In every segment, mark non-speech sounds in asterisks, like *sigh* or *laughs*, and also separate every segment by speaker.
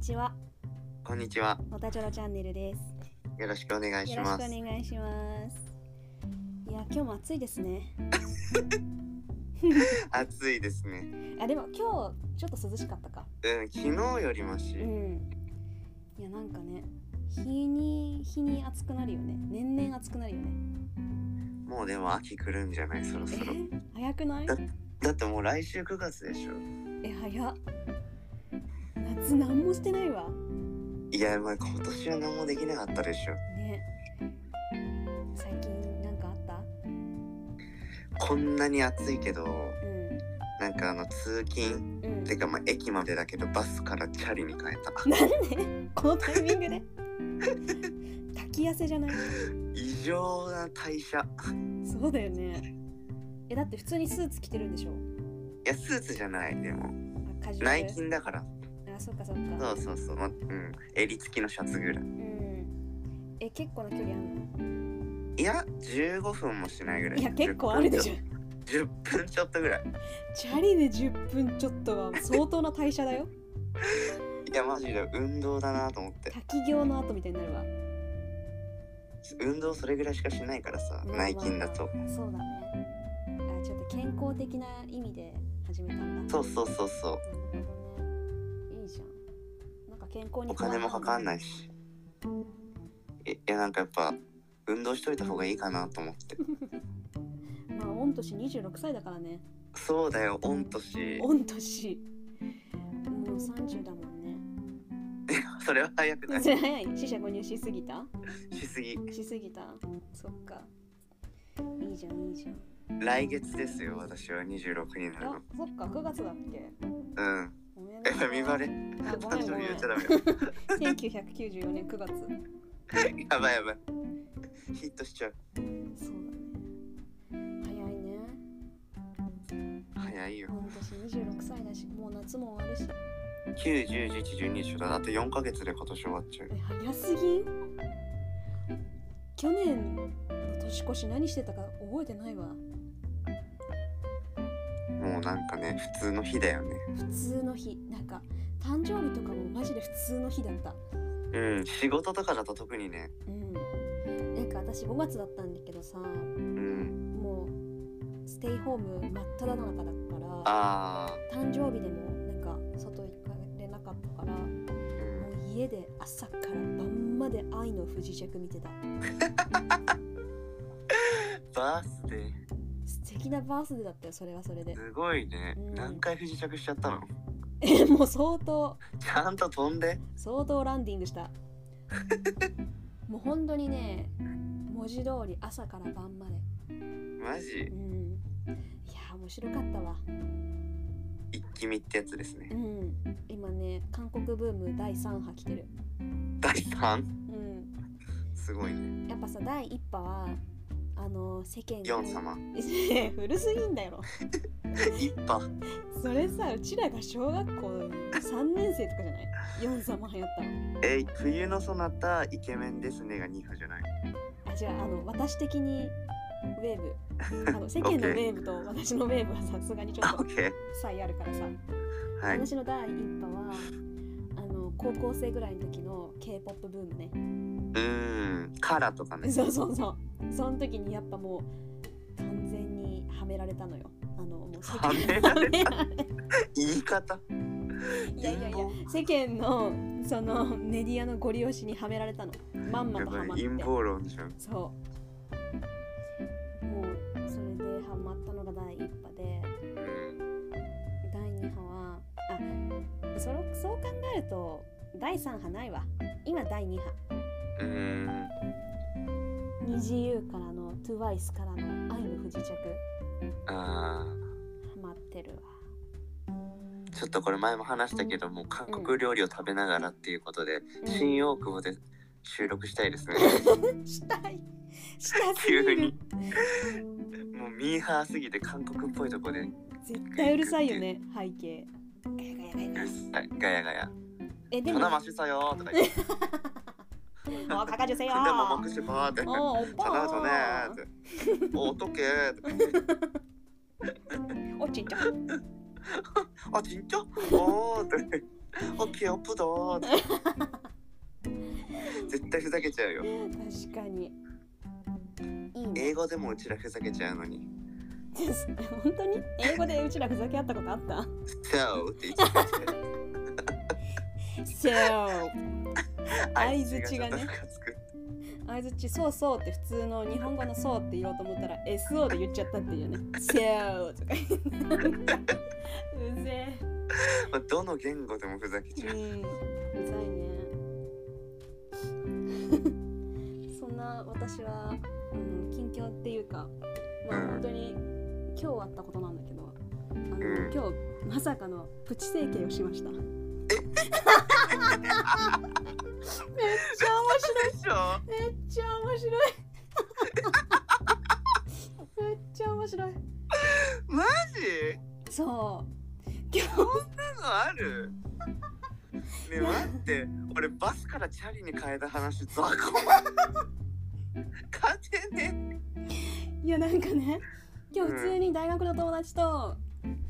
Speaker 1: ちは。
Speaker 2: こんにちは。
Speaker 1: おたちょろチャンネルです。
Speaker 2: よろしくお願いし
Speaker 1: よろしくお
Speaker 2: ます。
Speaker 1: 願いします。いや、今日も暑いですね。
Speaker 2: 暑いですね。
Speaker 1: あ、でも今日ちょっと涼しかったか。
Speaker 2: うん、昨日よりマシ
Speaker 1: う。ん。いや、なんかね、日に日に暑くなるよね。年々暑くなるよね。
Speaker 2: もうでも秋来るんじゃないそろそろ。
Speaker 1: え、早くない？
Speaker 2: だってもう来週9月でしょ。
Speaker 1: え、早っ。夏なんもしてないわ。
Speaker 2: いや、まあ今年は何もできなかったでしょ。
Speaker 1: ね。最近なんかあった？
Speaker 2: こんなに暑いけど、
Speaker 1: うん。
Speaker 2: なんかあの通勤、
Speaker 1: うん。
Speaker 2: てかまあ駅までだけどバスからチャリに変
Speaker 1: *laughs*
Speaker 2: えた。
Speaker 1: なんでこのタイミングで *laughs* 炊き痩せじゃない
Speaker 2: 異常な代謝。
Speaker 1: そうだよねえだって普通にスーツ着てるんでしょ
Speaker 2: いや、スーツじゃない、でも。
Speaker 1: あカジュア
Speaker 2: 内
Speaker 1: ル
Speaker 2: 勤だから。
Speaker 1: あそっかそっか
Speaker 2: そうそうそう。まあうん。襟付きのシャツぐらい。
Speaker 1: うんえ結構な距離あるの
Speaker 2: いや、15分もしないぐらい。
Speaker 1: いや結構あるでしょ
Speaker 2: ょ。10分ちょっとぐらい。
Speaker 1: チャリで10分ちょっとは相当な代謝だよ
Speaker 2: いやマジで運動だなと思って
Speaker 1: 滝行の後みたいになるわ
Speaker 2: 運動それぐらいしかしないからさ
Speaker 1: まあまあ
Speaker 2: 内勤だと
Speaker 1: そうだねあちょっと健康的な意味で始めたんだ
Speaker 2: そうそうそうそう
Speaker 1: なるほどねいいじゃんなんか健康に
Speaker 2: お金もかかんないいしえいやなんかやっぱ運動しといた方がいいかなと
Speaker 1: *laughs*
Speaker 2: 思って
Speaker 1: まあ御年26歳だからね
Speaker 2: そうだよ御年
Speaker 1: 御年もう30だもんね
Speaker 2: それは早くない
Speaker 1: それ *laughs* 早い死者購入しすぎた
Speaker 2: しすぎ
Speaker 1: しすぎたそっかいいじゃんいいじゃん
Speaker 2: 来月ですよ私は26になる
Speaker 1: あそっか9月だっけ
Speaker 2: のうん
Speaker 1: ごめん
Speaker 2: やっぱ見バレ
Speaker 1: あご
Speaker 2: 誕
Speaker 1: めんごめ
Speaker 2: 生
Speaker 1: ん
Speaker 2: 日言っちゃダメよ
Speaker 1: 1994年9月
Speaker 2: やばいやばいヒットしちゃう
Speaker 1: そうだね早いね
Speaker 2: 早いよ
Speaker 1: 御年26歳だしもう夏も終わるし
Speaker 2: 9101112一緒だなあと4ヶ月で今年終わっちゃう
Speaker 1: え早すぎん去年の年越し何してたか覚えてないわ
Speaker 2: もうなんかね普通の日だよね
Speaker 1: 普通の日なんか誕生日とかもマジで普通の日だった
Speaker 2: うん、仕事とかだと特にね、
Speaker 1: うんなんか私5月だったんだけどさ
Speaker 2: うん、
Speaker 1: もうステイホーム真っ只中だから
Speaker 2: あ
Speaker 1: 誕生日でもなんか外行かれなかったからも
Speaker 2: ー、うん、
Speaker 1: う家で朝から晩まで愛の不時着見てた
Speaker 2: バースデー、
Speaker 1: 素敵なバースデーだったよそれはそれで
Speaker 2: すごいね
Speaker 1: うん。
Speaker 2: 何回不時着しちゃったの
Speaker 1: え *laughs* もう相当
Speaker 2: ちゃんと飛んで、
Speaker 1: 相当ランディングしたもう本当にね文字通り朝から晩まで
Speaker 2: マジ
Speaker 1: う、んいやー面白かったわ
Speaker 2: 一気見ってやつです
Speaker 1: う
Speaker 2: ね。
Speaker 1: ん今ね韓国ブーム第3波来てる
Speaker 2: 第3、
Speaker 1: うん
Speaker 2: すごいね。
Speaker 1: やっぱさ第1波はあの世間が
Speaker 2: ヨン様、
Speaker 1: *laughs* 古すぎんだよ
Speaker 2: 一波、
Speaker 1: それさうちらが小学校3年生とかじゃないヨン様流行ったの
Speaker 2: えい、冬のそなた、イケメンですねが二波じゃない。
Speaker 1: あ違うあの私的にウェーブあ
Speaker 2: *laughs*
Speaker 1: の世間のウェーブと私のウェーブはさすがにちょ
Speaker 2: あ
Speaker 1: っ
Speaker 2: オ
Speaker 1: と
Speaker 2: ッケ
Speaker 1: 差異あるからさ、
Speaker 2: ー、はい。
Speaker 1: 私の第1波はあの高校生ぐらいの時の k p o p ブームね
Speaker 2: うーん、カラーとかね。
Speaker 1: そうそうそうその時にやっぱもう完全にはめられたのよあのもう世間
Speaker 2: はめられた
Speaker 1: はめら
Speaker 2: 言い方、
Speaker 1: *laughs* いやいやいや
Speaker 2: 陰
Speaker 1: 世間のそのメディアのご利用しにはめられたのまんま
Speaker 2: や
Speaker 1: と
Speaker 2: ば
Speaker 1: はいまって
Speaker 2: 陰謀論じゃん。
Speaker 1: そうもうそれでハマったのが第一波で
Speaker 2: うん、
Speaker 1: 第二波はあそれそう考えると第三波ないわ今第二波
Speaker 2: うーん、
Speaker 1: 二次 u からの TWICE からの愛の不時着
Speaker 2: あー。
Speaker 1: ハマってるわ
Speaker 2: ちょっとこれ前も話したけども韓国料理を食べながらっていうことで、
Speaker 1: ん
Speaker 2: 新大久保で収録した
Speaker 1: *laughs*
Speaker 2: いですね
Speaker 1: したいしたすぎ
Speaker 2: 急
Speaker 1: る
Speaker 2: にもうミーハーすぎて韓国っぽいとこでう
Speaker 1: 絶対うるさいよね背景ガヤガヤガ
Speaker 2: る
Speaker 1: ヤ
Speaker 2: さいガヤガヤ
Speaker 1: え
Speaker 2: 「
Speaker 1: で
Speaker 2: ト
Speaker 1: も
Speaker 2: ナマシさよ」とか言って
Speaker 1: 「おかかじゅせ
Speaker 2: 「で *laughs*
Speaker 1: よ
Speaker 2: も目視ば」って「
Speaker 1: おお
Speaker 2: ただとね」って「おとけ」とか言って
Speaker 1: おちっちゃ
Speaker 2: 「あちんちゃおー」ってオッケーオップドーって絶対ふざけちゃうよ
Speaker 1: 確かにいいね
Speaker 2: 英語でもうちらふざけちゃうのに
Speaker 1: 本当に英語でうちらふざけ合ったことあった
Speaker 2: So って言っちゃって
Speaker 1: ?So *laughs* 相
Speaker 2: づ
Speaker 1: 槌
Speaker 2: ち
Speaker 1: がね相づちそうそうって普通の日本語のそうって言おうと思ったら SO で言っちゃったっていうね So とか言ってなんかうぜ
Speaker 2: まあ、どの言語でもふざけち
Speaker 1: え
Speaker 2: ゃう
Speaker 1: うんうざいね *laughs* そんな私は、うん、近況っていうかまあ
Speaker 2: うん
Speaker 1: 本当に今日あったことなんだけどあの、
Speaker 2: うん
Speaker 1: 今日まさかのプチ整形をしました *laughs* めっちゃ面白い
Speaker 2: でしょ
Speaker 1: めっちゃ面白い *laughs* めっちゃ面白い
Speaker 2: マジ
Speaker 1: そう今
Speaker 2: そんなのあるねえ待って俺バスからチャリに変えた話雑魚勝てね
Speaker 1: 日いやなんかね今日普通に大学の友達と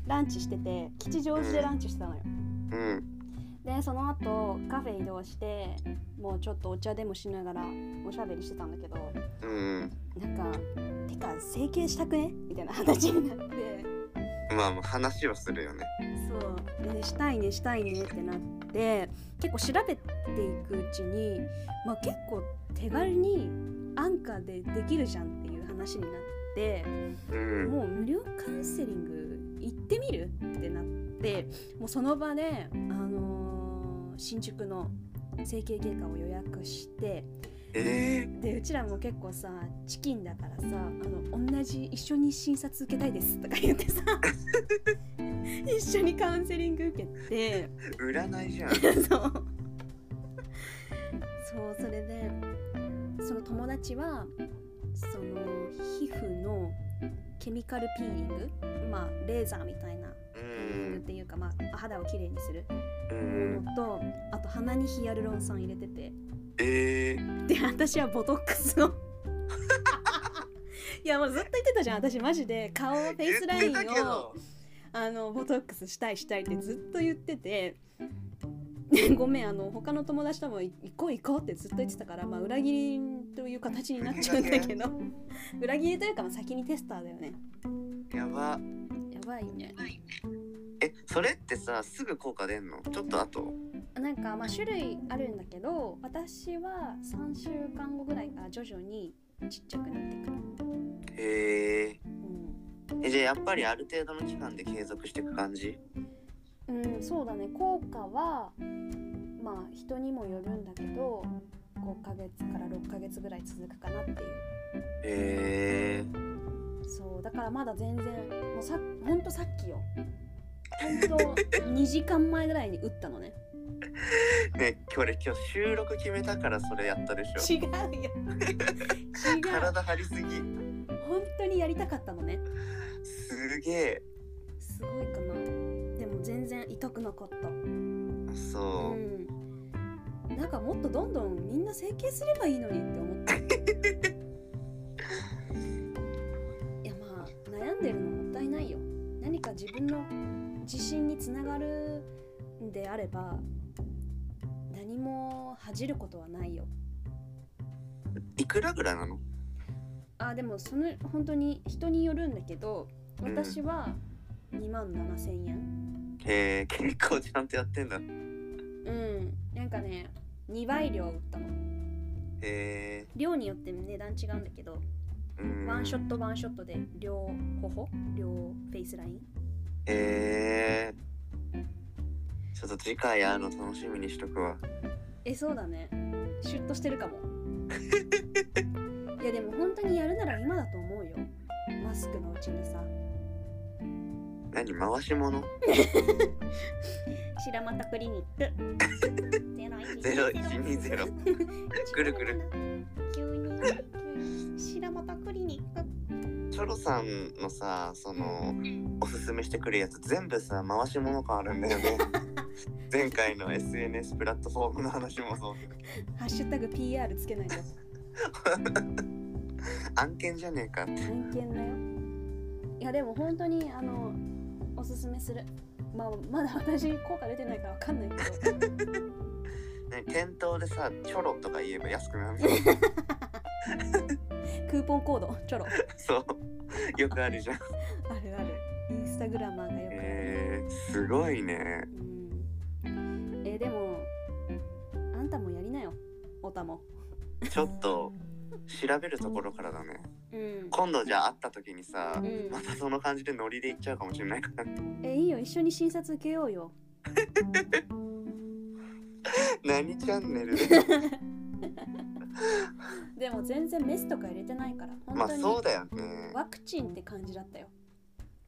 Speaker 1: ランチしてて吉祥寺でランチしてたのよ
Speaker 2: うん
Speaker 1: でその後カフェ移動してもうちょっとお茶でもしながらおしゃべりしてたんだけど
Speaker 2: うん
Speaker 1: なんか「てか整形したくね?」みたいな話になって
Speaker 2: まあまあ話はするよね
Speaker 1: そうでしたいねしたいねってなって結構調べていくうちに、まあ、結構手軽に安価でできるじゃんっていう話になって
Speaker 2: うん
Speaker 1: もう無料カウンセリング行ってみるってなってもうその場で、あのー新宿の整形外科を予約して
Speaker 2: え
Speaker 1: でうちらも結構さチキンだからさあの同じ一緒に診察受けたいですとか言っ
Speaker 2: *laughs*
Speaker 1: てさ一緒にカウンセリング受けて
Speaker 2: ー、占いじゃん
Speaker 1: *laughs* そうそうそれでその友達はその皮膚のケミカルピーリングまあレーザーみたいな
Speaker 2: う
Speaker 1: ピーリングっ
Speaker 2: ん
Speaker 1: ていうか、まあ、肌をきれいにする
Speaker 2: う
Speaker 1: の
Speaker 2: ん
Speaker 1: とあと鼻にヒアルロン酸入れてて
Speaker 2: えー、
Speaker 1: で私はボトックスを *laughs* いやもうずっと言ってたじゃん私マジで顔フェイスライ
Speaker 2: 言ってたけ
Speaker 1: ンを
Speaker 2: ど
Speaker 1: あのボトックスしたいしたいってずっと言っててでごめんあの他の友達ともい行こう行こうってずっと言ってたから、まあ、裏切りという形になっちゃうんだけど裏切りというか、まあ、先にテスターだよね
Speaker 2: やば
Speaker 1: やばいよね
Speaker 2: えそれってさすぐ効果出んのちょっと後
Speaker 1: なんかまあ種類あるんだけど私は3週間後ぐらいから徐々にちっちゃくなってくる、
Speaker 2: へえ
Speaker 1: うん、
Speaker 2: えじゃあやっぱりある程度の期間で継続していく感じ
Speaker 1: うん、そうだね効果はまあ人にもよるんだけど5ヶ月から6ヶ月ぐらい続くかなっていう
Speaker 2: へえ
Speaker 1: そうだからまだ全然もうさほんとさっきよほんと2時間前ぐらいに打ったのね
Speaker 2: ね今日今日収録決めたからそれやったでしょ
Speaker 1: 違うよ違う
Speaker 2: 体張りすぎ
Speaker 1: 本当にやりたかったのね
Speaker 2: すげえ
Speaker 1: すごいかなでも全然痛くなかった
Speaker 2: そうう、
Speaker 1: んなんかもっとどんどんみんな整形すればいいのにって思ったいやまあ悩んでるのもったいないよ何か自分の自信につながるんであれば何も恥じることはないよ
Speaker 2: いくらぐらいなの
Speaker 1: あでもその本当に人によるんだけど私は2万7千円
Speaker 2: へえ結構ちゃんとやってんだへ
Speaker 1: うんなんかね2倍量売ったの
Speaker 2: え
Speaker 1: 量によって値段違うんだけど
Speaker 2: うん
Speaker 1: ワンショットワンショットで両頬両フェイスライン
Speaker 2: へえちょっと次回会うの楽しみにしとくわ
Speaker 1: えそうだねシュッとしてるかもいやでも本当にやるなら今だと思うよマスクのうちにさ
Speaker 2: 何回し物
Speaker 1: 白俣クリニック *laughs*
Speaker 2: 0120ぐるぐる
Speaker 1: 急に白俣クリニック
Speaker 2: チョロさんのさそのおすすめしてくるやつ全部さ回し物感あるんだよ
Speaker 1: *laughs*
Speaker 2: ね前回の SNS プラットフォームの話もそう
Speaker 1: ハッシュタグ PR つけないと
Speaker 2: 案件じゃねえかって
Speaker 1: 偏見だよいやでも本当にあのおすすめするまあ、まだ私効果出てないからわかんないけど
Speaker 2: ね店頭でさチョロとか言えば安くなるんだ
Speaker 1: *laughs*
Speaker 2: よ
Speaker 1: クーポンコード *laughs* チョロ
Speaker 2: そうよくあるじゃん
Speaker 1: あるあるインスタグラマーがよくある、
Speaker 2: えー、すごいね
Speaker 1: うんえーでもあんたもやりなよおたも
Speaker 2: ちょっと調べるところからだね
Speaker 1: うん
Speaker 2: 今度じゃあ会った時にさ
Speaker 1: うん
Speaker 2: またその感じでノリで行っちゃうかもしれな
Speaker 1: *laughs*
Speaker 2: いからね
Speaker 1: えいいよ一緒に診察受けようよ
Speaker 2: 何チャンネル
Speaker 1: *laughs* でも全然メスとか入れてないから
Speaker 2: ま
Speaker 1: 本
Speaker 2: あ
Speaker 1: 当に
Speaker 2: そうだよね
Speaker 1: ワクチンって感じだったよ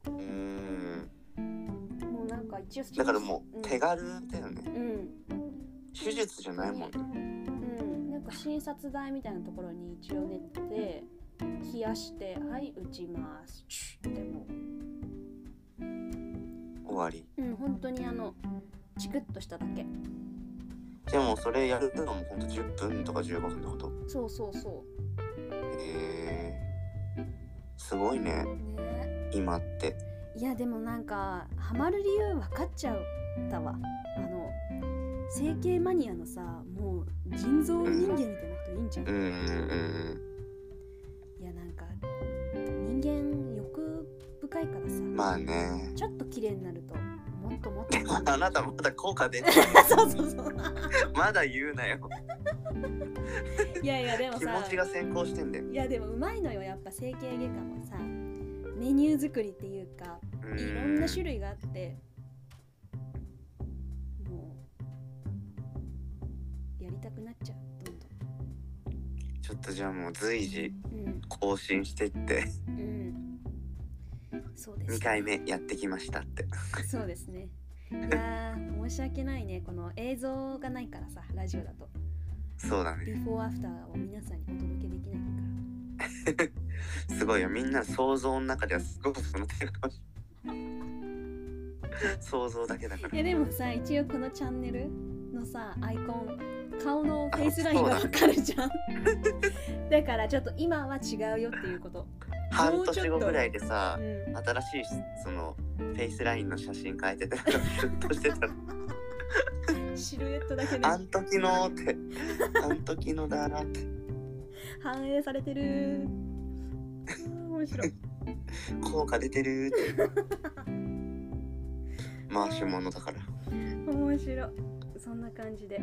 Speaker 2: うん
Speaker 1: もうなんか一応
Speaker 2: だからも
Speaker 1: ん
Speaker 2: う手軽だよね
Speaker 1: うん
Speaker 2: 手術じゃないもんね
Speaker 1: うんなんか診察台みたいなところに一応寝て冷やしてはい打ちますチュッでも
Speaker 2: 終わり
Speaker 1: うん本当にあのチクッとしただけ
Speaker 2: でもそれやるのもほんと10分とか15分ってこと
Speaker 1: そうそうそ
Speaker 2: へえすごいね
Speaker 1: うね
Speaker 2: 今って
Speaker 1: いやでもなんかハマる理由分かっちゃったわあの整形マニアのさもう人造人間みたいな人いいんじゃん
Speaker 2: うんうんうん
Speaker 1: いやなんか人間欲深いからさ、
Speaker 2: うんまあね
Speaker 1: ちょっと綺麗になるともっと
Speaker 2: *laughs*
Speaker 1: もっと
Speaker 2: でも *laughs* あなたまだ効果 *laughs* 出ない
Speaker 1: そうそうそう
Speaker 2: まだ言うなよ
Speaker 1: いやいやでも
Speaker 2: 気
Speaker 1: さ
Speaker 2: 持ちが先行してんだよ
Speaker 1: いやでもうまいのよやっぱ整形外科もさメニュー作りっていうか
Speaker 2: う
Speaker 1: いろんな種
Speaker 2: 類
Speaker 1: 類があってもうやりたくなっちゃうどん
Speaker 2: ちょっとじゃあもう随時
Speaker 1: どんうん
Speaker 2: 更新して
Speaker 1: *laughs*
Speaker 2: って
Speaker 1: うんそうです
Speaker 2: 2回目やってきましたって
Speaker 1: そうですね。いやー申し訳ないねこの映像がないからさラジオだと
Speaker 2: そうだね
Speaker 1: ビフォーアフターを皆さんにお届けできないか
Speaker 2: すごいよみんな想像の中ではすごくその手が欲しい想像だけだから
Speaker 1: らえでもさ一応このチャンネルのさアイコン顔のフェイスラインがわかるじゃんだからちょっと今は違うよっていうこと、
Speaker 2: 半年後ぐらいでさ
Speaker 1: うん、
Speaker 2: 新しいそのフェイスラインの写真変えてて
Speaker 1: *laughs*
Speaker 2: ずっとしてたら
Speaker 1: シルエットだけ
Speaker 2: 「
Speaker 1: で
Speaker 2: あん時の」って「あん時のだ」って
Speaker 1: 反映されてるうん面白い
Speaker 2: 効果出てるーって回し物だから
Speaker 1: 面白いそんな感じ *laughs* で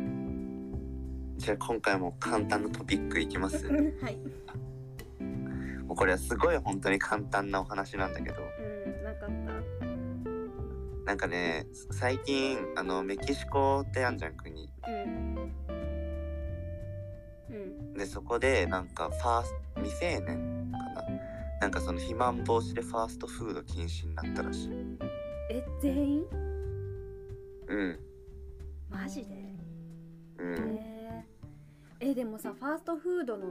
Speaker 2: じゃあ今回も簡単なトピックいきますも
Speaker 1: はい、
Speaker 2: うこれはすごい本当に簡単なお話なんだけど
Speaker 1: うん、なかった
Speaker 2: なんかね最近あのメキシコってあんじゃん国
Speaker 1: うん。うん。
Speaker 2: でそこでなんかファースト未成年かななんかその肥満防止でファーストフード禁止になったらしい
Speaker 1: え、全員
Speaker 2: うん
Speaker 1: マジで
Speaker 2: う
Speaker 1: え
Speaker 2: ん
Speaker 1: え、でもさ、ファーストフードの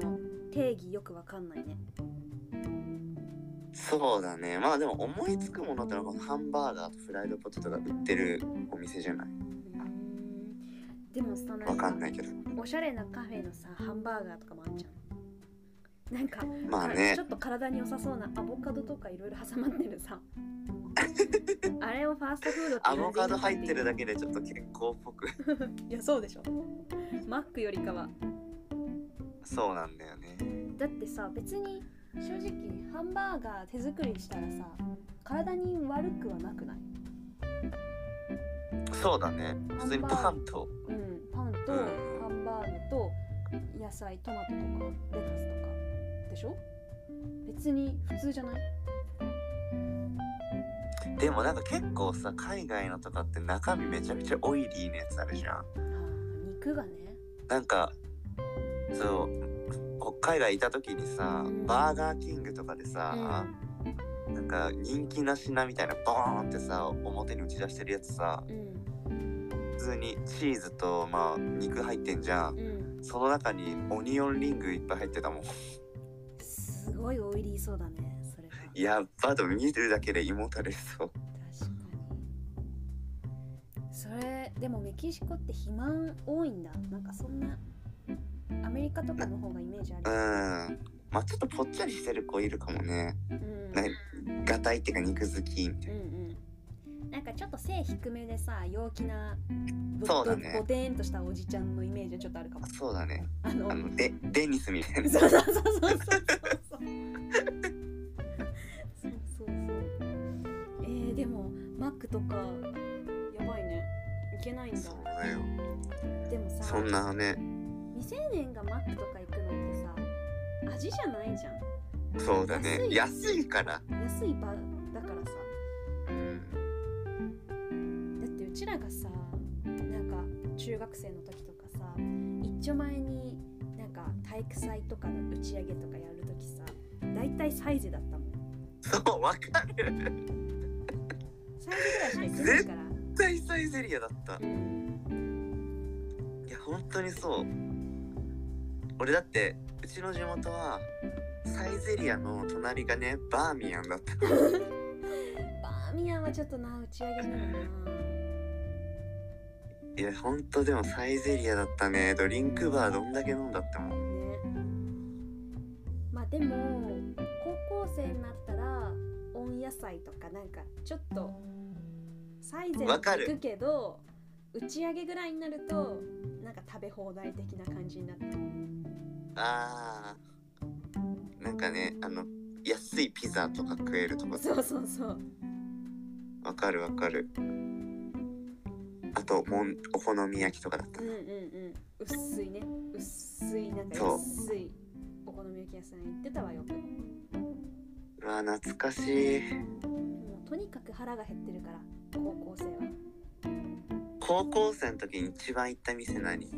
Speaker 1: 定義よくわかんないね。
Speaker 2: そうだねまあでも思いつくものってのはこのハンバーガーとフライドポテトが売ってるお店じゃない
Speaker 1: でもさ、な
Speaker 2: わ
Speaker 1: ん
Speaker 2: か
Speaker 1: か
Speaker 2: んないけど
Speaker 1: おしゃれなカフェのさ、ハンバーガーとかもあんじゃん。なんか、
Speaker 2: まあ
Speaker 1: か
Speaker 2: ね
Speaker 1: ちょっと体に良さそうなアボカドとかいろいろ挟まってる
Speaker 2: *laughs*
Speaker 1: さ。あれをファーストフードって
Speaker 2: ア
Speaker 1: 言わ
Speaker 2: ボ
Speaker 1: れいい
Speaker 2: カド
Speaker 1: のか
Speaker 2: 入ってるだけでちょっと健康っぽく *laughs*
Speaker 1: いや、そうでしょ。マックよりかは。
Speaker 2: そうなんだよね
Speaker 1: だってさ別に正直ハンバーガー手作りしたらさ体に悪くはなくない
Speaker 2: そうだね普通にパンと
Speaker 1: うんパンと
Speaker 2: うん
Speaker 1: ハンバーグと野菜トマトとかレタスとかでしょ別に普通じゃない
Speaker 2: でもなんか結構さ海外のとかって中身めちゃくちゃオイリーなやつあるじゃん
Speaker 1: あー肉がね
Speaker 2: なんかそう北海外いた時にさバーガーキングとかでさ、なんか人気な品みたいなボーンってさ表に打ち出してるやつさ
Speaker 1: うん
Speaker 2: 普通にチーズとまあ肉入ってんじゃん
Speaker 1: うん
Speaker 2: その中にオニオンリングいっぱい入ってたもん
Speaker 1: すごいオイリーそうだねそれは
Speaker 2: やっぱでも見てるだけで胃もたれしそう
Speaker 1: 確かにそれでもメキシコって肥満多いんだなんかそんなアメリカとかの方がイメージあ
Speaker 2: う
Speaker 1: る
Speaker 2: んまあちょっとぽっちゃりしてる子いるかもね
Speaker 1: うん
Speaker 2: ねがたいっていうか肉好きみたい
Speaker 1: う
Speaker 2: な
Speaker 1: んうんなんかちょっと背低めでさ陽気なぼ
Speaker 2: そうだね
Speaker 1: ぼぼてんとしたおじちゃんのイメージはちょっとあるかも
Speaker 2: そうだね
Speaker 1: あの
Speaker 2: あのデデニスみたいな
Speaker 1: そうそうそうそうそうそうそう。そうそうそう。えー、でもマックとかやばいね。いけないんだ
Speaker 2: そう。だよ
Speaker 1: でもさ
Speaker 2: そ、んなね
Speaker 1: 未成年がマックとか行くのってさ、味じゃないじゃん。
Speaker 2: そうだね安
Speaker 1: 安い
Speaker 2: いから
Speaker 1: 安い場だからさ。
Speaker 2: うん
Speaker 1: だってうちらがさ、なんか中学生の時とかさ、一丁前になんか体育祭とかの打ち上げとかやる時さ、だいたいサイズだったもん。
Speaker 2: そうわかる
Speaker 1: サイズぐらいしか行けないから。
Speaker 2: 絶対サイゼリアだった
Speaker 1: うん
Speaker 2: いや本当にそう俺だってうちの地元はサイゼリアの隣がねバーミヤ
Speaker 1: *laughs*
Speaker 2: ンだった
Speaker 1: バーミヤンはちょっとな打ち上げないない
Speaker 2: や本当でもサイゼリアだったねドリンクバーどんだけ飲んだってもん
Speaker 1: ねまあでも高校生になったら温野菜とかなんかちょっとサイゼに
Speaker 2: わか
Speaker 1: 行
Speaker 2: る
Speaker 1: くけど打ち上げぐらいになるとなんか食べ放題的な感じになって
Speaker 2: あーなんかねあの安いピザとか食えるとか
Speaker 1: そうそうそう
Speaker 2: わかるわかるあともんお好み焼きとかだった
Speaker 1: うんうんう
Speaker 2: な
Speaker 1: ん薄いね薄いなんか
Speaker 2: そう
Speaker 1: 安いお好み焼き屋さん行ってたわよくも
Speaker 2: うわ懐かしいう
Speaker 1: とにかく腹が減ってるから高校生は
Speaker 2: 高校生の時に一番行った店何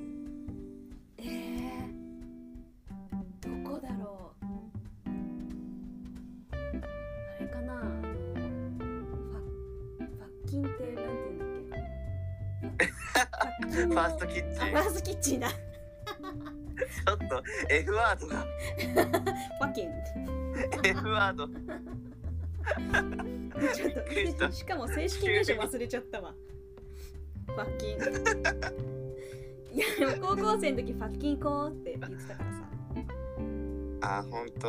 Speaker 1: えー、どこだろうあれかなあのファファッキンってなんて言うんだっけファッキン
Speaker 2: フ
Speaker 1: の
Speaker 2: ァーストキッチ
Speaker 1: あ
Speaker 2: ン
Speaker 1: ファーストキッチンだフ
Speaker 2: ちょっと F ワードが
Speaker 1: ァッキン
Speaker 2: F ワード
Speaker 1: ちょっ
Speaker 2: くりし
Speaker 1: と
Speaker 2: た
Speaker 1: しかも正式名称忘れちゃったわファッ
Speaker 2: *laughs*
Speaker 1: キンいやでも高校生の時ファッキン行こうって言ってたからさ、
Speaker 2: あ本当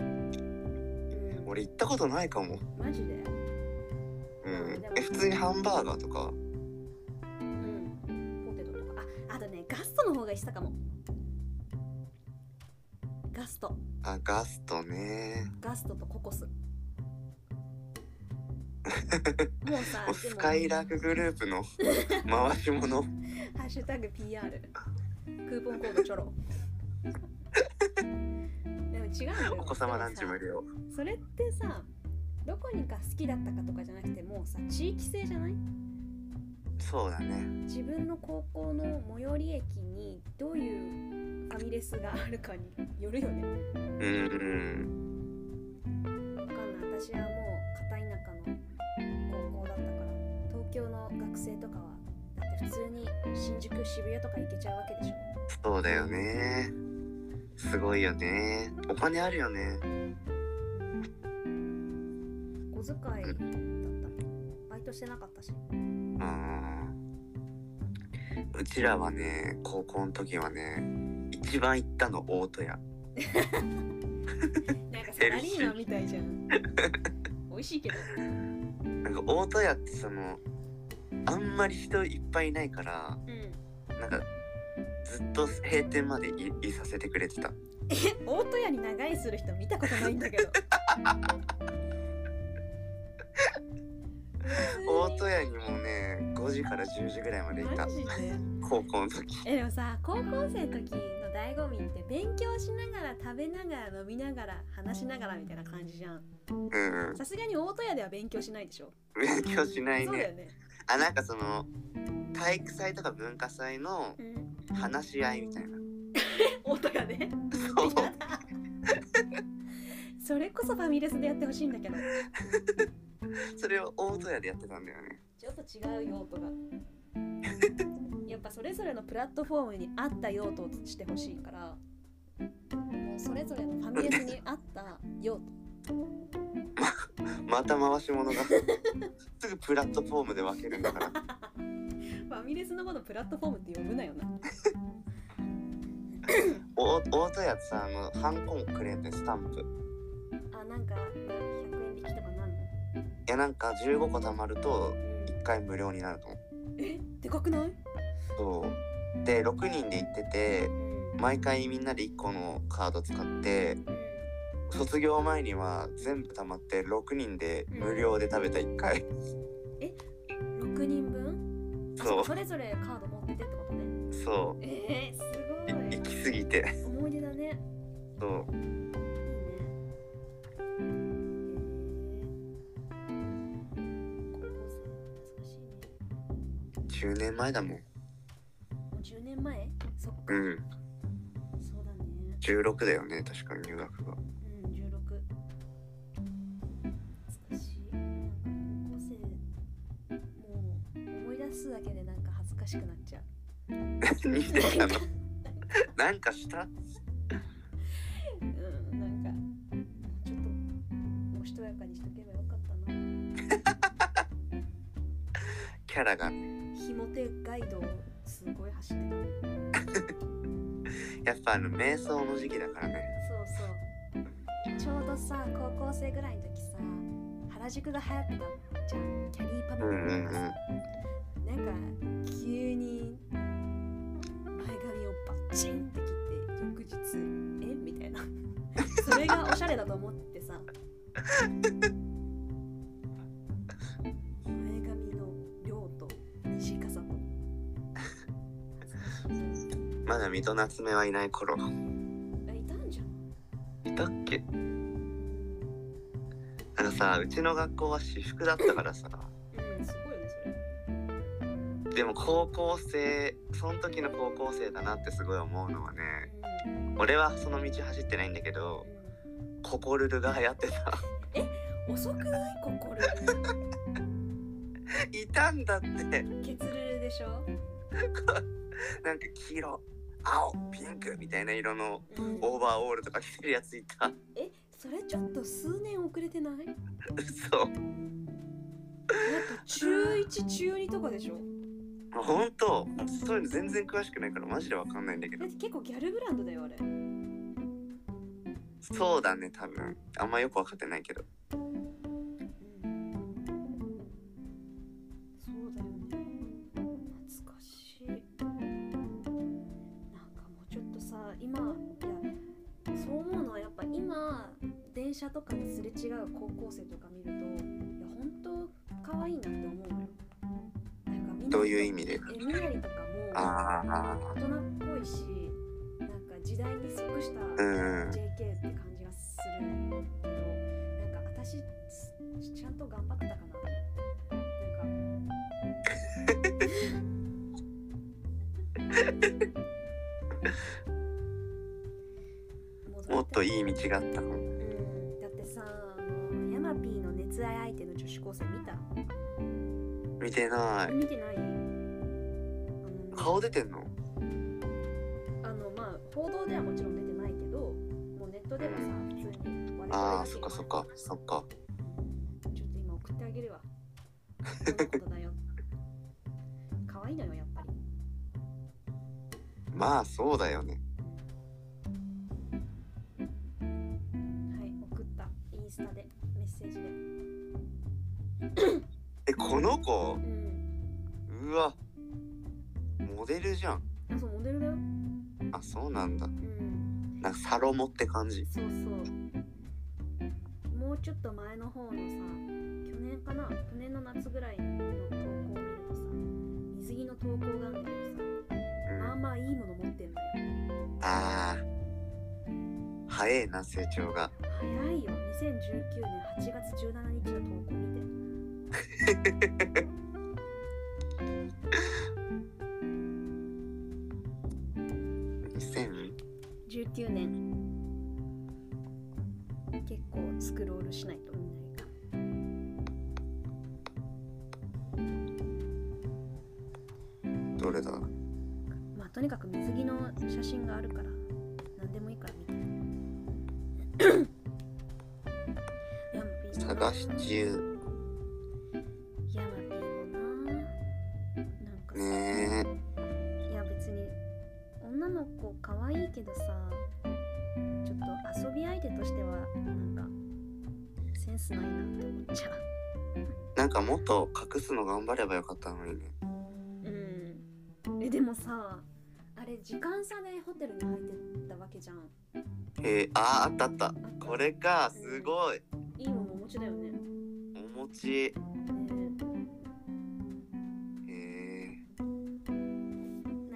Speaker 1: うん、
Speaker 2: 俺行ったことないかも
Speaker 1: マジで
Speaker 2: うんえ普通にハンバーガーとか
Speaker 1: うんポテトとかああとねガストの方がしたかもガスト
Speaker 2: あガストね
Speaker 1: ガストとココスもうさ
Speaker 2: もう
Speaker 1: で
Speaker 2: ス
Speaker 1: も
Speaker 2: カイラークグループの *laughs* 回し物
Speaker 1: 「ハッシュタグ #PR」クーポンコードちょろでも違うんだよ
Speaker 2: お子様ランチ無料
Speaker 1: それってさどこにか好きだったかとかじゃなくてもうさ地域性じゃない
Speaker 2: そうだね
Speaker 1: 自分の高校の最寄り駅にどういうファミレスがあるかによるよね
Speaker 2: うんうん
Speaker 1: わかんない私はもう片田舎の高校だったから東京の学生とかはだって普通に新宿渋谷とか行けちゃうわけでしょ
Speaker 2: そうだよねすごいよねお金あるよね
Speaker 1: 小遣いだったバイトしてなかったし
Speaker 2: うんうちらはね高校の時はね一番行ったの大戸
Speaker 1: な
Speaker 2: 屋
Speaker 1: んか
Speaker 2: サラリーマン
Speaker 1: みたいじゃん美味しいけど
Speaker 2: なんか大戸屋ってそのあんまり人いっぱいいないから
Speaker 1: うんえ
Speaker 2: なんかずっと閉店までいいさせてくれてた
Speaker 1: 大戸屋に長居する人見たことないんだけど
Speaker 2: 大戸屋にもね5時から10時ぐらいまでいた
Speaker 1: マジで
Speaker 2: 高校の時
Speaker 1: えでもさ高校生の時の醍醐味って勉強しながら食べながら飲みながら話しながらみたいな感じじゃん
Speaker 2: うん
Speaker 1: さすがに大戸屋では勉強しないでしょ、
Speaker 2: 勉強しない
Speaker 1: そうだよ
Speaker 2: ね
Speaker 1: ね
Speaker 2: あなんかその体育祭とか文化祭の
Speaker 1: *laughs* うん
Speaker 2: 話し合いみたいな
Speaker 1: 大戸屋で
Speaker 2: そう
Speaker 1: やだそれこそファミレスでやってほしいんだけど
Speaker 2: それを大戸屋でやってたんだよね
Speaker 1: ちょっと違う用途
Speaker 2: *laughs*
Speaker 1: がやっぱそれぞれのプラットフォームに合った用途をしてほしいからもうそれぞれのファミレスに合った用途
Speaker 2: また回し物 *laughs* がすぐプラットフォームで分けるんだから
Speaker 1: *laughs* ファミレスのことプラットフォームって呼ぶなよな
Speaker 2: お大戸屋ってさあのハンコもくれんねスタンプ
Speaker 1: あなんか100円引きとかなんの
Speaker 2: いやなんか15個貯まると回無料になると思う
Speaker 1: えでかくない
Speaker 2: そうで6人で行ってて毎回みんなで1個のカード使って卒業前には全部貯まって6人で無料で食べた1回
Speaker 1: 6人分あ
Speaker 2: そ
Speaker 1: それぞれカード持ってってことね
Speaker 2: うそ
Speaker 1: えー、
Speaker 2: うい
Speaker 1: す
Speaker 2: 行き過ぎて *laughs*
Speaker 1: ごい思い出だね
Speaker 2: そう
Speaker 1: いいね。高校生懐かしいね。
Speaker 2: 10年前だもん
Speaker 1: もう10年前そっか。
Speaker 2: うん
Speaker 1: そうだね。
Speaker 2: 16だよね確か入学 *laughs* が
Speaker 1: うん、16。懐かしい。なんか高校生、もう思い出すだけでなんか恥ずかしくなっちゃう。
Speaker 2: 何してたのなんかした
Speaker 1: うん、なんか、ちょっと、もうしとやかにしとけばよかったな。
Speaker 2: キャラが
Speaker 1: ひも手ガイドをすごい走ってた。
Speaker 2: やっぱあの瞑想の時期だからね
Speaker 1: そうそうちょうどさ高校生ぐらいの時さ原宿が流行ってたじゃんキャリーパブ
Speaker 2: う
Speaker 1: と
Speaker 2: んうん
Speaker 1: かさなんか急に前髪をバッチンって切って翌日えみ *laughs* たいなそれがおしゃれだと思ってさ前髪の量と短さと恥ずかしい
Speaker 2: うんまだ水戸夏目はいない頃
Speaker 1: あいたんじゃん
Speaker 2: いたっけなんかさうちの学校は私服だったからさ
Speaker 1: うんすごいよねそれ
Speaker 2: でも高校生その時の高校生だなってすごい思うのはね俺はその道走ってないんだけど
Speaker 1: うん
Speaker 2: ココルルが流行ってた
Speaker 1: 遅くないここれ
Speaker 2: *laughs* いたんだって
Speaker 1: ケツルルでしょ、
Speaker 2: なんか黄色青ピンクみたいな色の
Speaker 1: うん
Speaker 2: オーバーオールとか着てるやついた *laughs*
Speaker 1: えそれちょっと数年遅れてないだ
Speaker 2: 嘘
Speaker 1: って中1中2とかでしょ
Speaker 2: ほんとそういうの全然詳しくないからマジでわかんないんだけ
Speaker 1: だ
Speaker 2: ど
Speaker 1: って結構ギャルブランドだよあれ
Speaker 2: そうだね多分あんまよくわかってないけど
Speaker 1: そうだよね懐かしいなんかもうちょっとさ今いやそう思うのはやっぱ今電車とかですれ違う高校生とか見るといや本当可愛いなって思うのよなんかみんな
Speaker 2: どういう意味で
Speaker 1: えみなりとかも
Speaker 2: ああ
Speaker 1: 大人っぽいしなんか時代に即した
Speaker 2: う
Speaker 1: JK っ
Speaker 2: ん
Speaker 1: て感じがするけどなんか私ちゃんと頑張ってたかななんか
Speaker 2: もっといい道があったか
Speaker 1: う
Speaker 2: も
Speaker 1: んだってさあのヤマピーの熱愛相手の女子高生見た
Speaker 2: 見てない
Speaker 1: 見てないあの
Speaker 2: 顔出てんの
Speaker 1: あのまあ報道ではもちろん出てないけどもうネットでもさ普通に我々
Speaker 2: ああ
Speaker 1: だけ
Speaker 2: そっ
Speaker 1: ど
Speaker 2: かそっかそっか
Speaker 1: ちょっと今送ってあげるわ。こんなことだよ。可愛いのよ、やっぱり。
Speaker 2: まあそうだよね
Speaker 1: はい、送った。インスタで、メッセージで。
Speaker 2: えこの子
Speaker 1: うん。
Speaker 2: うわモデルじゃん
Speaker 1: あ、そう、モデルだよ。
Speaker 2: あそうなんだ
Speaker 1: うん。
Speaker 2: なんかサロモって感じ
Speaker 1: そうそう。もうちょっと前の方のさ、去年かな去年の夏ぐらいの投稿を見るとさ、水着の投稿があるんだけど
Speaker 2: う
Speaker 1: さ、まあ
Speaker 2: ん
Speaker 1: まあいいもの持ってんだよ。
Speaker 2: あー早えな成長が
Speaker 1: 早いよ2019年8月17日の投稿見て
Speaker 2: 2000
Speaker 1: 19年結構スクロールしないと見ないか
Speaker 2: どれだ
Speaker 1: まあとにかく水着の写真があるから何でもいいから見て *coughs* ヤマピーもな
Speaker 2: 探し中
Speaker 1: ヤマピーもななんかさ
Speaker 2: ね
Speaker 1: いや別に女の子可愛いけどさちょっと遊び相手としてはなんかセンスないなって思っちゃう
Speaker 2: えなんかもっと隠すの頑張ればよかったのにね
Speaker 1: うんえでもさあれ時間差でホテルに入ってったわけじゃん
Speaker 2: えー、あーあったあった
Speaker 1: あった
Speaker 2: これかすごい
Speaker 1: いいものお持ちだよねね
Speaker 2: お餅え
Speaker 1: な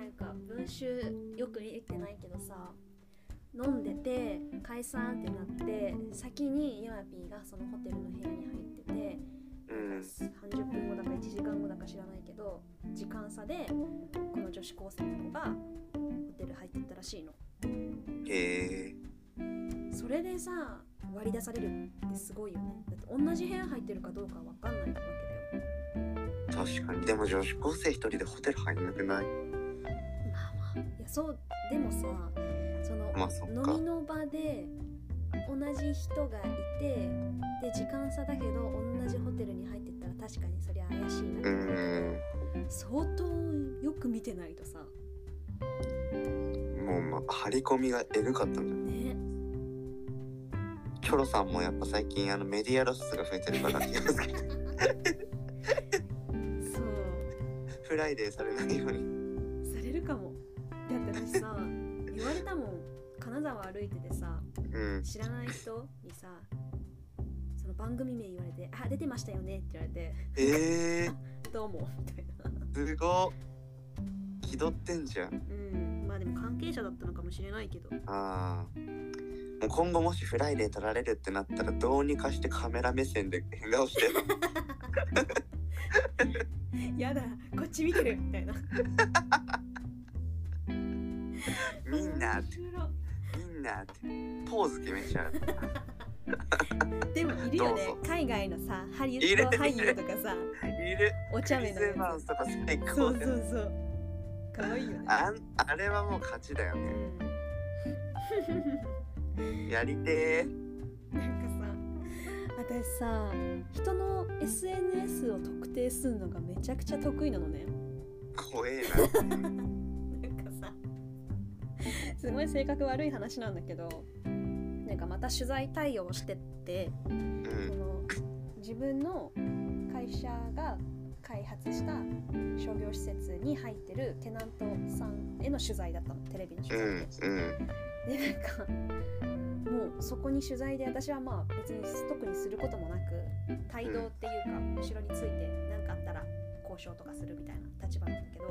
Speaker 1: んか文集よく言ってないけどさ飲んでて解散ってなって先にヤマピーがそのホテルの部屋に入ってて
Speaker 2: ー、うん
Speaker 1: 30分後だか1時間後だか知らないけど時間差でこの女子高生の子がホテル入ってったらしいの
Speaker 2: え
Speaker 1: それでさ割り出されるってすごいよねだって同じ部屋入ってるかどうかわかんないわけだよ
Speaker 2: ー、確かにでも女子高生一人でホテル入んなくな
Speaker 1: まあまあ
Speaker 2: い
Speaker 1: いやそうでもさその、
Speaker 2: まあそっか
Speaker 1: 飲みの場で同じ人がいてで時間差だけど同じホテルに入ってったら確かにそりゃ怪しいなって
Speaker 2: う
Speaker 1: 思うけど
Speaker 2: ん
Speaker 1: 相当よく見てないとさ
Speaker 2: もう、ま、張り込みがえぐかったんじゃん
Speaker 1: ね
Speaker 2: チョロさんもやっぱ最近あのメディア露出が増えてるから気をつけて
Speaker 1: そう
Speaker 2: フライデーされないように
Speaker 1: されるかもだって私さ言われたもん金沢歩いててさ
Speaker 2: うん
Speaker 1: 知らない人にさその番組名言われて「あ出てましたよね」って言われて *laughs*
Speaker 2: え
Speaker 1: 「どうも」みたいな
Speaker 2: ー、すごい気取ってんじゃん
Speaker 1: うんまあでも関係者だったのかもしれないけど
Speaker 2: あーもう今後もしフライデー撮られるってなったらどうにかしてカメラ目線で変顔して
Speaker 1: *laughs*
Speaker 2: *laughs*
Speaker 1: やだこっち見て *laughs* るみたいな
Speaker 2: みんなって
Speaker 1: 面白
Speaker 2: みんなってポーズ決めちゃう
Speaker 1: いでもいるよね
Speaker 2: どうぞ
Speaker 1: 海外のさハリウ
Speaker 2: い
Speaker 1: ッ
Speaker 2: る
Speaker 1: ド俳優とかさ
Speaker 2: いる
Speaker 1: お
Speaker 2: チ
Speaker 1: 茶目
Speaker 2: ャ
Speaker 1: の
Speaker 2: ス・エヴァ
Speaker 1: や
Speaker 2: ンスとか最
Speaker 1: つそ
Speaker 2: 高
Speaker 1: う
Speaker 2: だ
Speaker 1: そ
Speaker 2: よ
Speaker 1: うそうかわいいよね
Speaker 2: あんあれはもう勝ちだよ
Speaker 1: う
Speaker 2: ね
Speaker 1: ん
Speaker 2: やりて
Speaker 1: *laughs*
Speaker 2: ー
Speaker 1: なんかさ私さ人の SNS を特定するのがめちゃくちゃ得意なのね
Speaker 2: 怖え
Speaker 1: なんかさすごい性格悪い話なんだけどなんかまた取材対応してって *laughs*
Speaker 2: なう
Speaker 1: そ
Speaker 2: ん
Speaker 1: の自分の会社が開発した商業施設に入ってるテナントさんへの取材だったのテレビの取
Speaker 2: う
Speaker 1: 材
Speaker 2: んうん
Speaker 1: ででなんかもうそこに取材で私はまあ別に特にすることもなく帯同っていうか後ろについて何かあったら交渉とかするみたいな立場なんだけど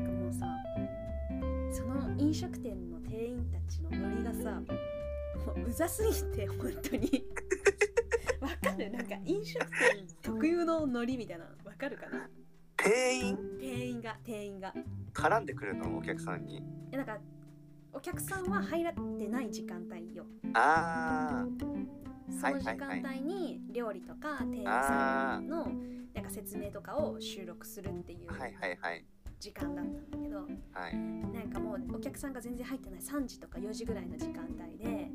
Speaker 1: なんかもうさその飲食店の店員たちのノリがさもううざすぎて本当に *laughs* わかるなんか飲食店特有のノリみたいなのわかるかな
Speaker 2: 店員
Speaker 1: 店員が店員が
Speaker 2: 絡んでくるのお客さんに
Speaker 1: えなんかお客さんは入らってない時間帯よ
Speaker 2: あ
Speaker 1: その時
Speaker 2: はいはい
Speaker 1: 間帯に料理とか店員
Speaker 2: ー
Speaker 1: さ
Speaker 2: あ
Speaker 1: んのなんか説明とかを収録するっていう
Speaker 2: ーはいはいはい
Speaker 1: 時間だったんだけど
Speaker 2: はい
Speaker 1: なんかもうお客さんが全然入ってない3時とか4時ぐらいの時間帯で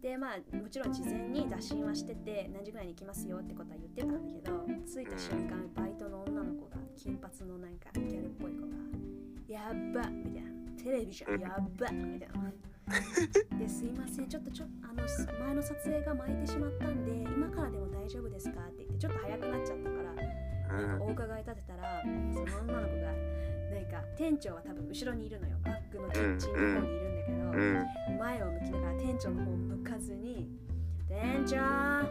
Speaker 1: でまあもちろん事前に打診はしてて何時ぐらいに来ますよってことは言ってたんだけど着いた瞬間バイトの女の子が金髪のなんかギャルっぽい子が「やっば」みたいな「テレビじゃんやっば」みたいな。ですいませんちょっとちょあのす前の撮影が巻いてしまったんで今からでも大丈夫ですかって言ってちょっと早くなっちゃったから
Speaker 2: うん
Speaker 1: お伺い立てたらその女の子がなんか店長は多分後ろにいるのよバッグのキッチンの方にいるんだけど、
Speaker 2: うん
Speaker 1: 前を向きながら店長の方を向かずに「店長!」みたいな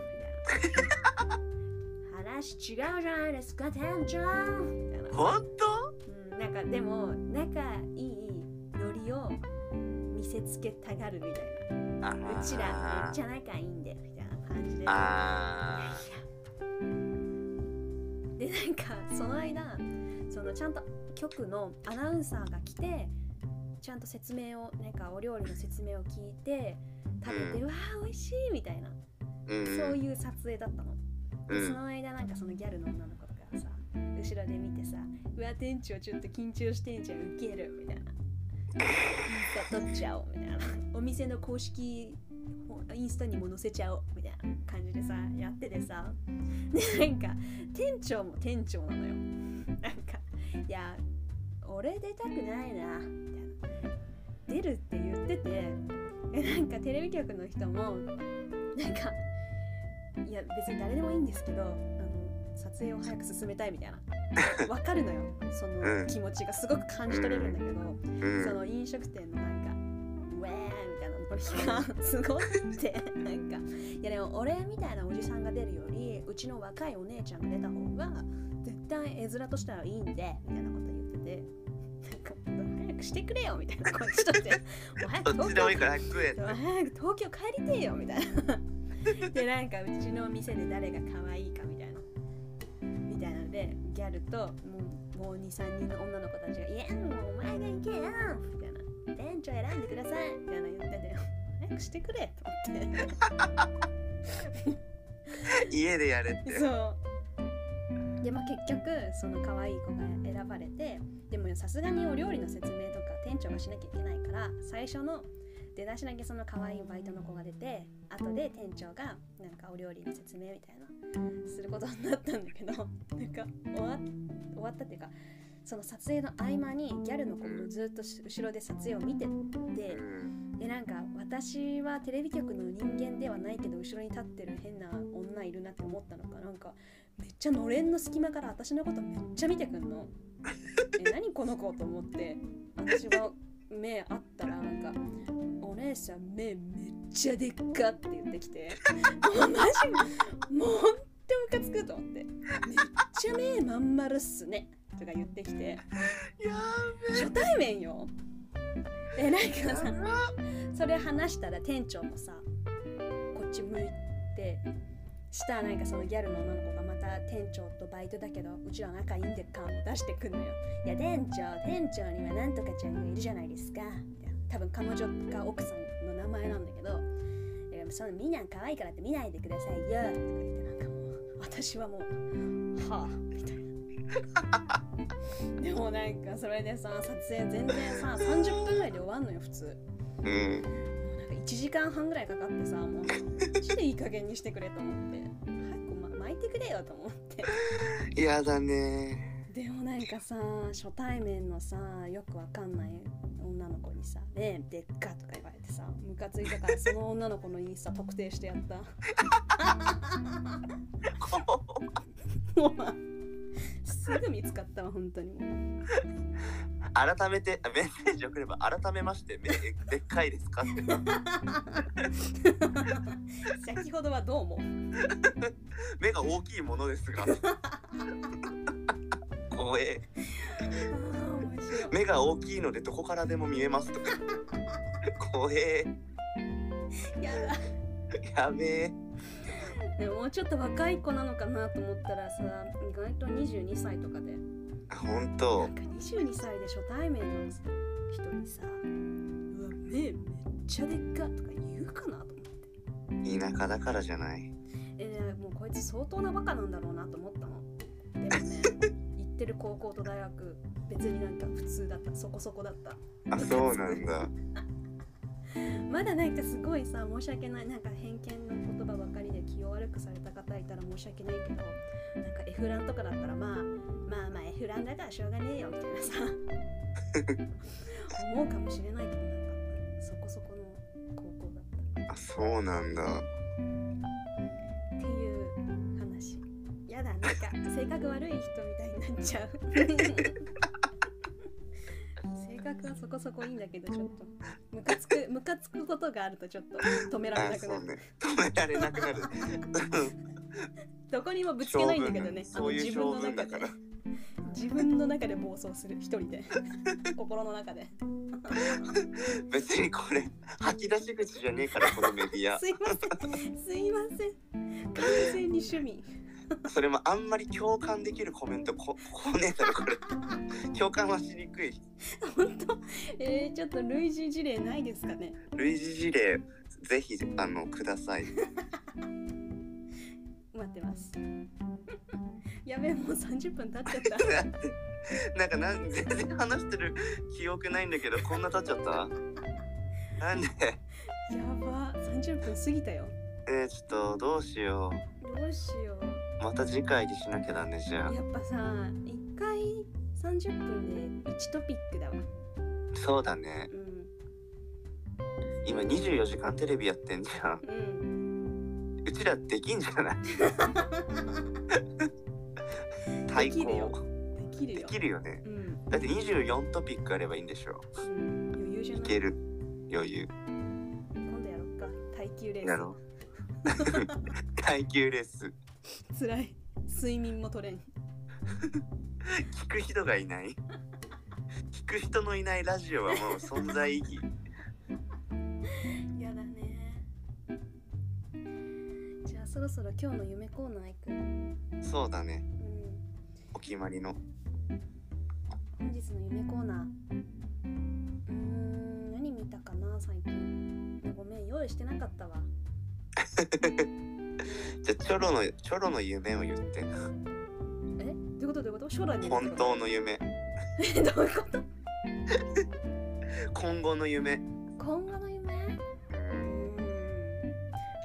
Speaker 1: 「話違うじゃないですか店長!」みたいな、
Speaker 2: 本当
Speaker 1: うん、なんかでも仲いいノリを見せつけたがるみたい
Speaker 2: あ
Speaker 1: な
Speaker 2: ー
Speaker 1: うちらめっちゃ仲いいんでみたいな感じで。
Speaker 2: あ
Speaker 1: でなんかその間そのちゃんと局のアナウンサーが来てちゃんと説明をなんかお料理の説明を聞いて食べて、
Speaker 2: う
Speaker 1: わあ美味しいみたいな、
Speaker 2: ーうん
Speaker 1: そういう撮影だったの、
Speaker 2: う
Speaker 1: でそ
Speaker 2: ん
Speaker 1: の間なんかそのギャルの女の子とかさ後ろで見てさ「うわ店長ちょっと緊張してんじゃんウケる」みたいな「インスタ撮っちゃおう」みたいなお店の公式インスタにも載せちゃおうみたいな感じでさやっててさでなんか店長も店長なのよなんか「いや俺出たくないな」みたいな出るって言っててえなんかテレビ局の人もなんかいや別に誰でもいいんですけどあの撮影を早く進めたいみたいなわかるのよそ
Speaker 2: うん
Speaker 1: の気持ちがすごく感じ取れるんだけど、
Speaker 2: うん
Speaker 1: その飲食店のなんか「ウェーみたいなノリがすごくてなんかいやでも俺みたいなおじさんが出るよりうちの若いお姉ちゃんが出た方が絶対絵面としてはいいんでみたいなこと言っててなんかもっと早くしてくれよみたいな感じと
Speaker 2: *laughs*
Speaker 1: ってもう早く
Speaker 2: どっ
Speaker 1: 東
Speaker 2: ちでもいい
Speaker 1: 京
Speaker 2: から食えって
Speaker 1: 早く東京帰りてえよみたいなでなんかうちの店で誰が可愛いかみたいなみたいなのでギャルともうもう23人の女の子たちが「いやもうお前が行けよ」みたいな「店長選んでください」みたいな言ってて「早くしてくれ」と思っ
Speaker 2: 家でやれってて
Speaker 1: そうでまあ結局その可愛い子が選ばれてでもさすがにお料理の説明とか店長がしなきゃいけないから最初の出だしだけその可愛いバイトの子が出て後で店長がなんかお料理の説明みたいなすることになったんだけど *laughs* なんか終わ終わったっていうかその撮影の合間にギャルの子もずっとし後ろで撮影を見てて
Speaker 2: うん
Speaker 1: でなんか私はテレビ局の人間ではないけど後ろに立ってる変な女いるなって思ったのかなんかめっちゃのれんの隙間から私のことめっちゃ見てくんのえ何この子と思って私は目あったらなんか「お姉さん目めっちゃでっか」って言ってきてもうマジもうほんとムカつくと思って「めっちゃ目まん丸っすね」とか言ってきて
Speaker 2: や
Speaker 1: 初対面よえなん
Speaker 2: べ
Speaker 1: かさ
Speaker 2: やば
Speaker 1: それ話したら店長もさこっち向いてしたらなんかそのギャルの女の子がまた店長とバイトだけどうちら仲いいんで感を出してくんのよいや店長店長にはなんとかちゃんがいるじゃないですかみたいな多分彼女か奥さんの名前なんだけどいやそのみんな可愛いからって見ないでくださいよとか言ってなんかもう私はもうはあみたいなでもなんかそれでさ撮影全然さ30分ぐらいで終わんのよ普通
Speaker 2: うん
Speaker 1: なんか1時間半ぐらいかかってさもうマジでいい加減にしてくれと思って早く、ま、巻いてくれよと思って
Speaker 2: やだね
Speaker 1: でもなんかさ初対面のさよくわかんない女の子にさ「ねえでっか」とか言われてさムカついたからその女の子のインスタ特定してやったもうすぐ見つかったわ本当に *laughs* もう
Speaker 2: 改めてあメッセージ送れば改めましてめでっかいですかって
Speaker 1: 先ほどはどうも
Speaker 2: 目が大きいものですが怖え
Speaker 1: あー面白い
Speaker 2: 目が大きいのでどこからでも見えますとか怖え
Speaker 1: やだ
Speaker 2: やべえ
Speaker 1: でももうちょっと若い子なのかなと思ったらさ意外と22歳とかで
Speaker 2: 本
Speaker 1: な
Speaker 2: 当
Speaker 1: んか22歳で初対面の人にさ「うわ目めっちゃでっか」とか言うかなと思って
Speaker 2: 田舎だからじゃない
Speaker 1: えー、もうこいつ相当なバカなんだろうなと思ったのでもね行ってる高校と大学別になんか普通だったそこそこだった
Speaker 2: あそうなんだ
Speaker 1: まだなんかすごいさ申し訳ないなんか偏見の言葉ばかりで気を悪くされた方いたら申し訳ないけどなんかエフランとかだったらまあまあまあエフランだからしょうがねえよみたいなさ思うかもしれないけどなんかそこそこの高校だっ
Speaker 2: あそうなんだ
Speaker 1: たっていう話やだなんか性格悪い人みたいになっちゃう性格はそこそこいいんだけどちょっとムカつくムカつくことがあるとちょっと止められ
Speaker 2: あ
Speaker 1: なく
Speaker 2: そ
Speaker 1: な
Speaker 2: う
Speaker 1: る
Speaker 2: ね止められなくなる
Speaker 1: どこに *laughs* もぶつけないんだけどね。あの
Speaker 2: そういう性分だか
Speaker 1: 自分の
Speaker 2: ら
Speaker 1: 中で。自分の中で暴走する一人で心の中で
Speaker 2: *laughs* 別にこれ吐き出し口じゃねえからこのメディア
Speaker 1: すいませんすいません完全に趣味
Speaker 2: それもあんまり共感できるコメントこ *laughs* こねえだろこれ共感はしにくい
Speaker 1: 本当えー、ちょっと類似事例ないですかね
Speaker 2: 類似事例ぜひあのください *laughs*
Speaker 1: 待ってますやべえもう30分経っちゃっ
Speaker 2: だってなんかなん *laughs* 全然話してる記憶ないんだけどこんな経っちゃったなんで
Speaker 1: たやば30分過ぎたよ
Speaker 2: えー、ちょっとどうしよ
Speaker 1: どうしよう
Speaker 2: うまた次回にしなきゃだねじ
Speaker 1: や
Speaker 2: ゃ
Speaker 1: っぱさ一回30分で1トピックだわ
Speaker 2: あそうだね
Speaker 1: うん
Speaker 2: 今24時間テレビやってん *laughs* じゃん
Speaker 1: うん *laughs*
Speaker 2: うちらできんじゃない対
Speaker 1: できるよ
Speaker 2: 抗
Speaker 1: できる
Speaker 2: で
Speaker 1: よ
Speaker 2: きるよね
Speaker 1: うん、
Speaker 2: だって24トピックあればいいんでしょ
Speaker 1: うん、余裕じゃ
Speaker 2: い
Speaker 1: ない
Speaker 2: ける余裕
Speaker 1: 今度やろうか耐久レ
Speaker 2: や
Speaker 1: ー
Speaker 2: ろう *laughs* 耐久レース
Speaker 1: ス辛い睡眠も取れん
Speaker 2: 聞く人がいない聞く人のいないラジオはもう存在意義
Speaker 1: やだねじゃあそろそろ今日の夢コーナー行く、うん、
Speaker 2: そうだねお決まりの
Speaker 1: 本日の夢コーナーうーん何見たかな最近ごめん用意してなかったわ
Speaker 2: じゃあチョロのチョロの夢を言って
Speaker 1: えどういうことどういうこと将来の夢
Speaker 2: 本当の夢
Speaker 1: え *laughs* どういうこと
Speaker 2: 今後の夢
Speaker 1: 今後の夢うーん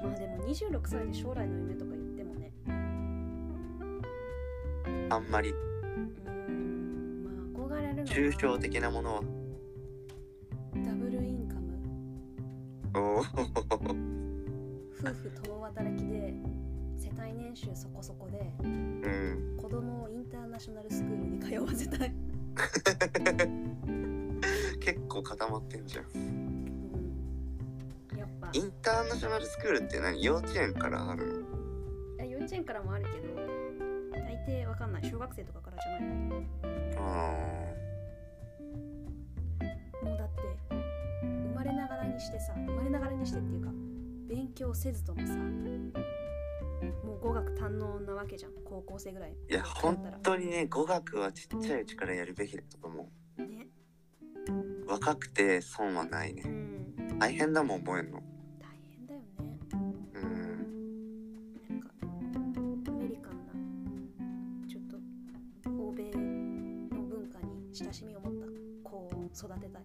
Speaker 1: まあでも26歳で将来の夢とか言ってもね
Speaker 2: あんまり
Speaker 1: うーんまあ憧れるのは
Speaker 2: 抽象的なものは
Speaker 1: ダブルインカム
Speaker 2: おお
Speaker 1: 夫婦共働きで世帯年収そこそこで
Speaker 2: うん
Speaker 1: 子供をインターナショナルスクールに通わせたい、
Speaker 2: 結構固まってんじゃん
Speaker 1: うん、やっぱ
Speaker 2: インターナショナルスクールって何幼稚園からある
Speaker 1: あ幼稚園からもあるけど大抵わかんない小学生とかからじゃない
Speaker 2: のあ
Speaker 1: もうだって生まれながらにしてさ生まれながらにしてっていうか勉強せずともさもう語学堪能なわけじゃん高校生ぐらい
Speaker 2: ーいや
Speaker 1: だった
Speaker 2: 本
Speaker 1: ら
Speaker 2: 当にね語学はちっちゃいうちからやるべきだと思
Speaker 1: ね
Speaker 2: う若くて損はないね
Speaker 1: うん
Speaker 2: 大変だもん覚えんの
Speaker 1: 大変だよね
Speaker 2: うん
Speaker 1: なんかアメリカンなちょっと欧米の文化に親しみを持った子を育てたい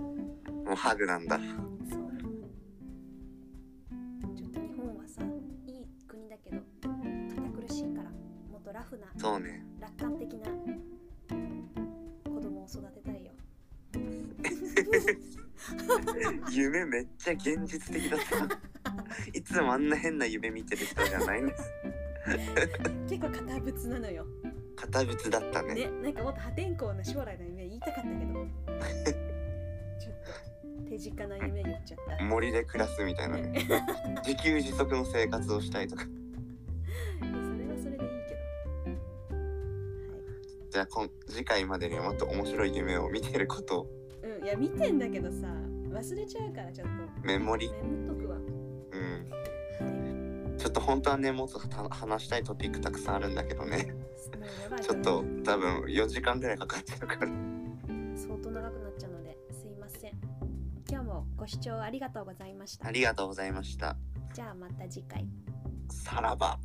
Speaker 2: もうハグなんだ
Speaker 1: そうちょっと日本はさいい国だけど堅苦しいからもっとラフな
Speaker 2: そうね
Speaker 1: 楽観的な子供を育てたいよ
Speaker 2: 夢めっちゃ現実的だった *laughs* いつもあんな変な夢見てる人じゃないんです
Speaker 1: 結構堅物なのよ
Speaker 2: 堅物だったね
Speaker 1: ねなんかもっと破天荒な将来の夢言いたかったけどち
Speaker 2: *laughs*
Speaker 1: ょっと手近な夢言っちゃった
Speaker 2: 森で暮らすみたいなね自給自足の生活をしたいとか
Speaker 1: それはそれでいいけど。
Speaker 2: じゃあ今次回までにはもっと面白い夢を見てることを
Speaker 1: はい。うん、いや、見てんだけどさ、忘れちゃうから、ちょっと。
Speaker 2: メモリ
Speaker 1: メモっとくわ。
Speaker 2: うん
Speaker 1: はい。
Speaker 2: ちょっと本当はねもっとた話したいトピックたくさんあるんだけどね
Speaker 1: もうやばい
Speaker 2: ちょっと多分4時間ぐらいかかっちゃうから
Speaker 1: 相当長くなっちゃうので、すいません。今日もご視聴ありがとうございました
Speaker 2: あ。りがとうございました
Speaker 1: じゃあまた次回。
Speaker 2: さらば